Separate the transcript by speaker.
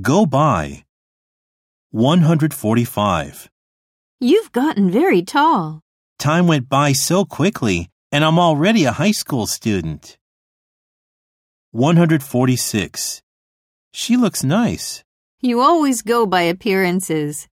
Speaker 1: Go by. 145.
Speaker 2: You've gotten very tall.
Speaker 1: Time went by so quickly, and I'm already a high school student. 146. She looks nice.
Speaker 2: You always go by appearances.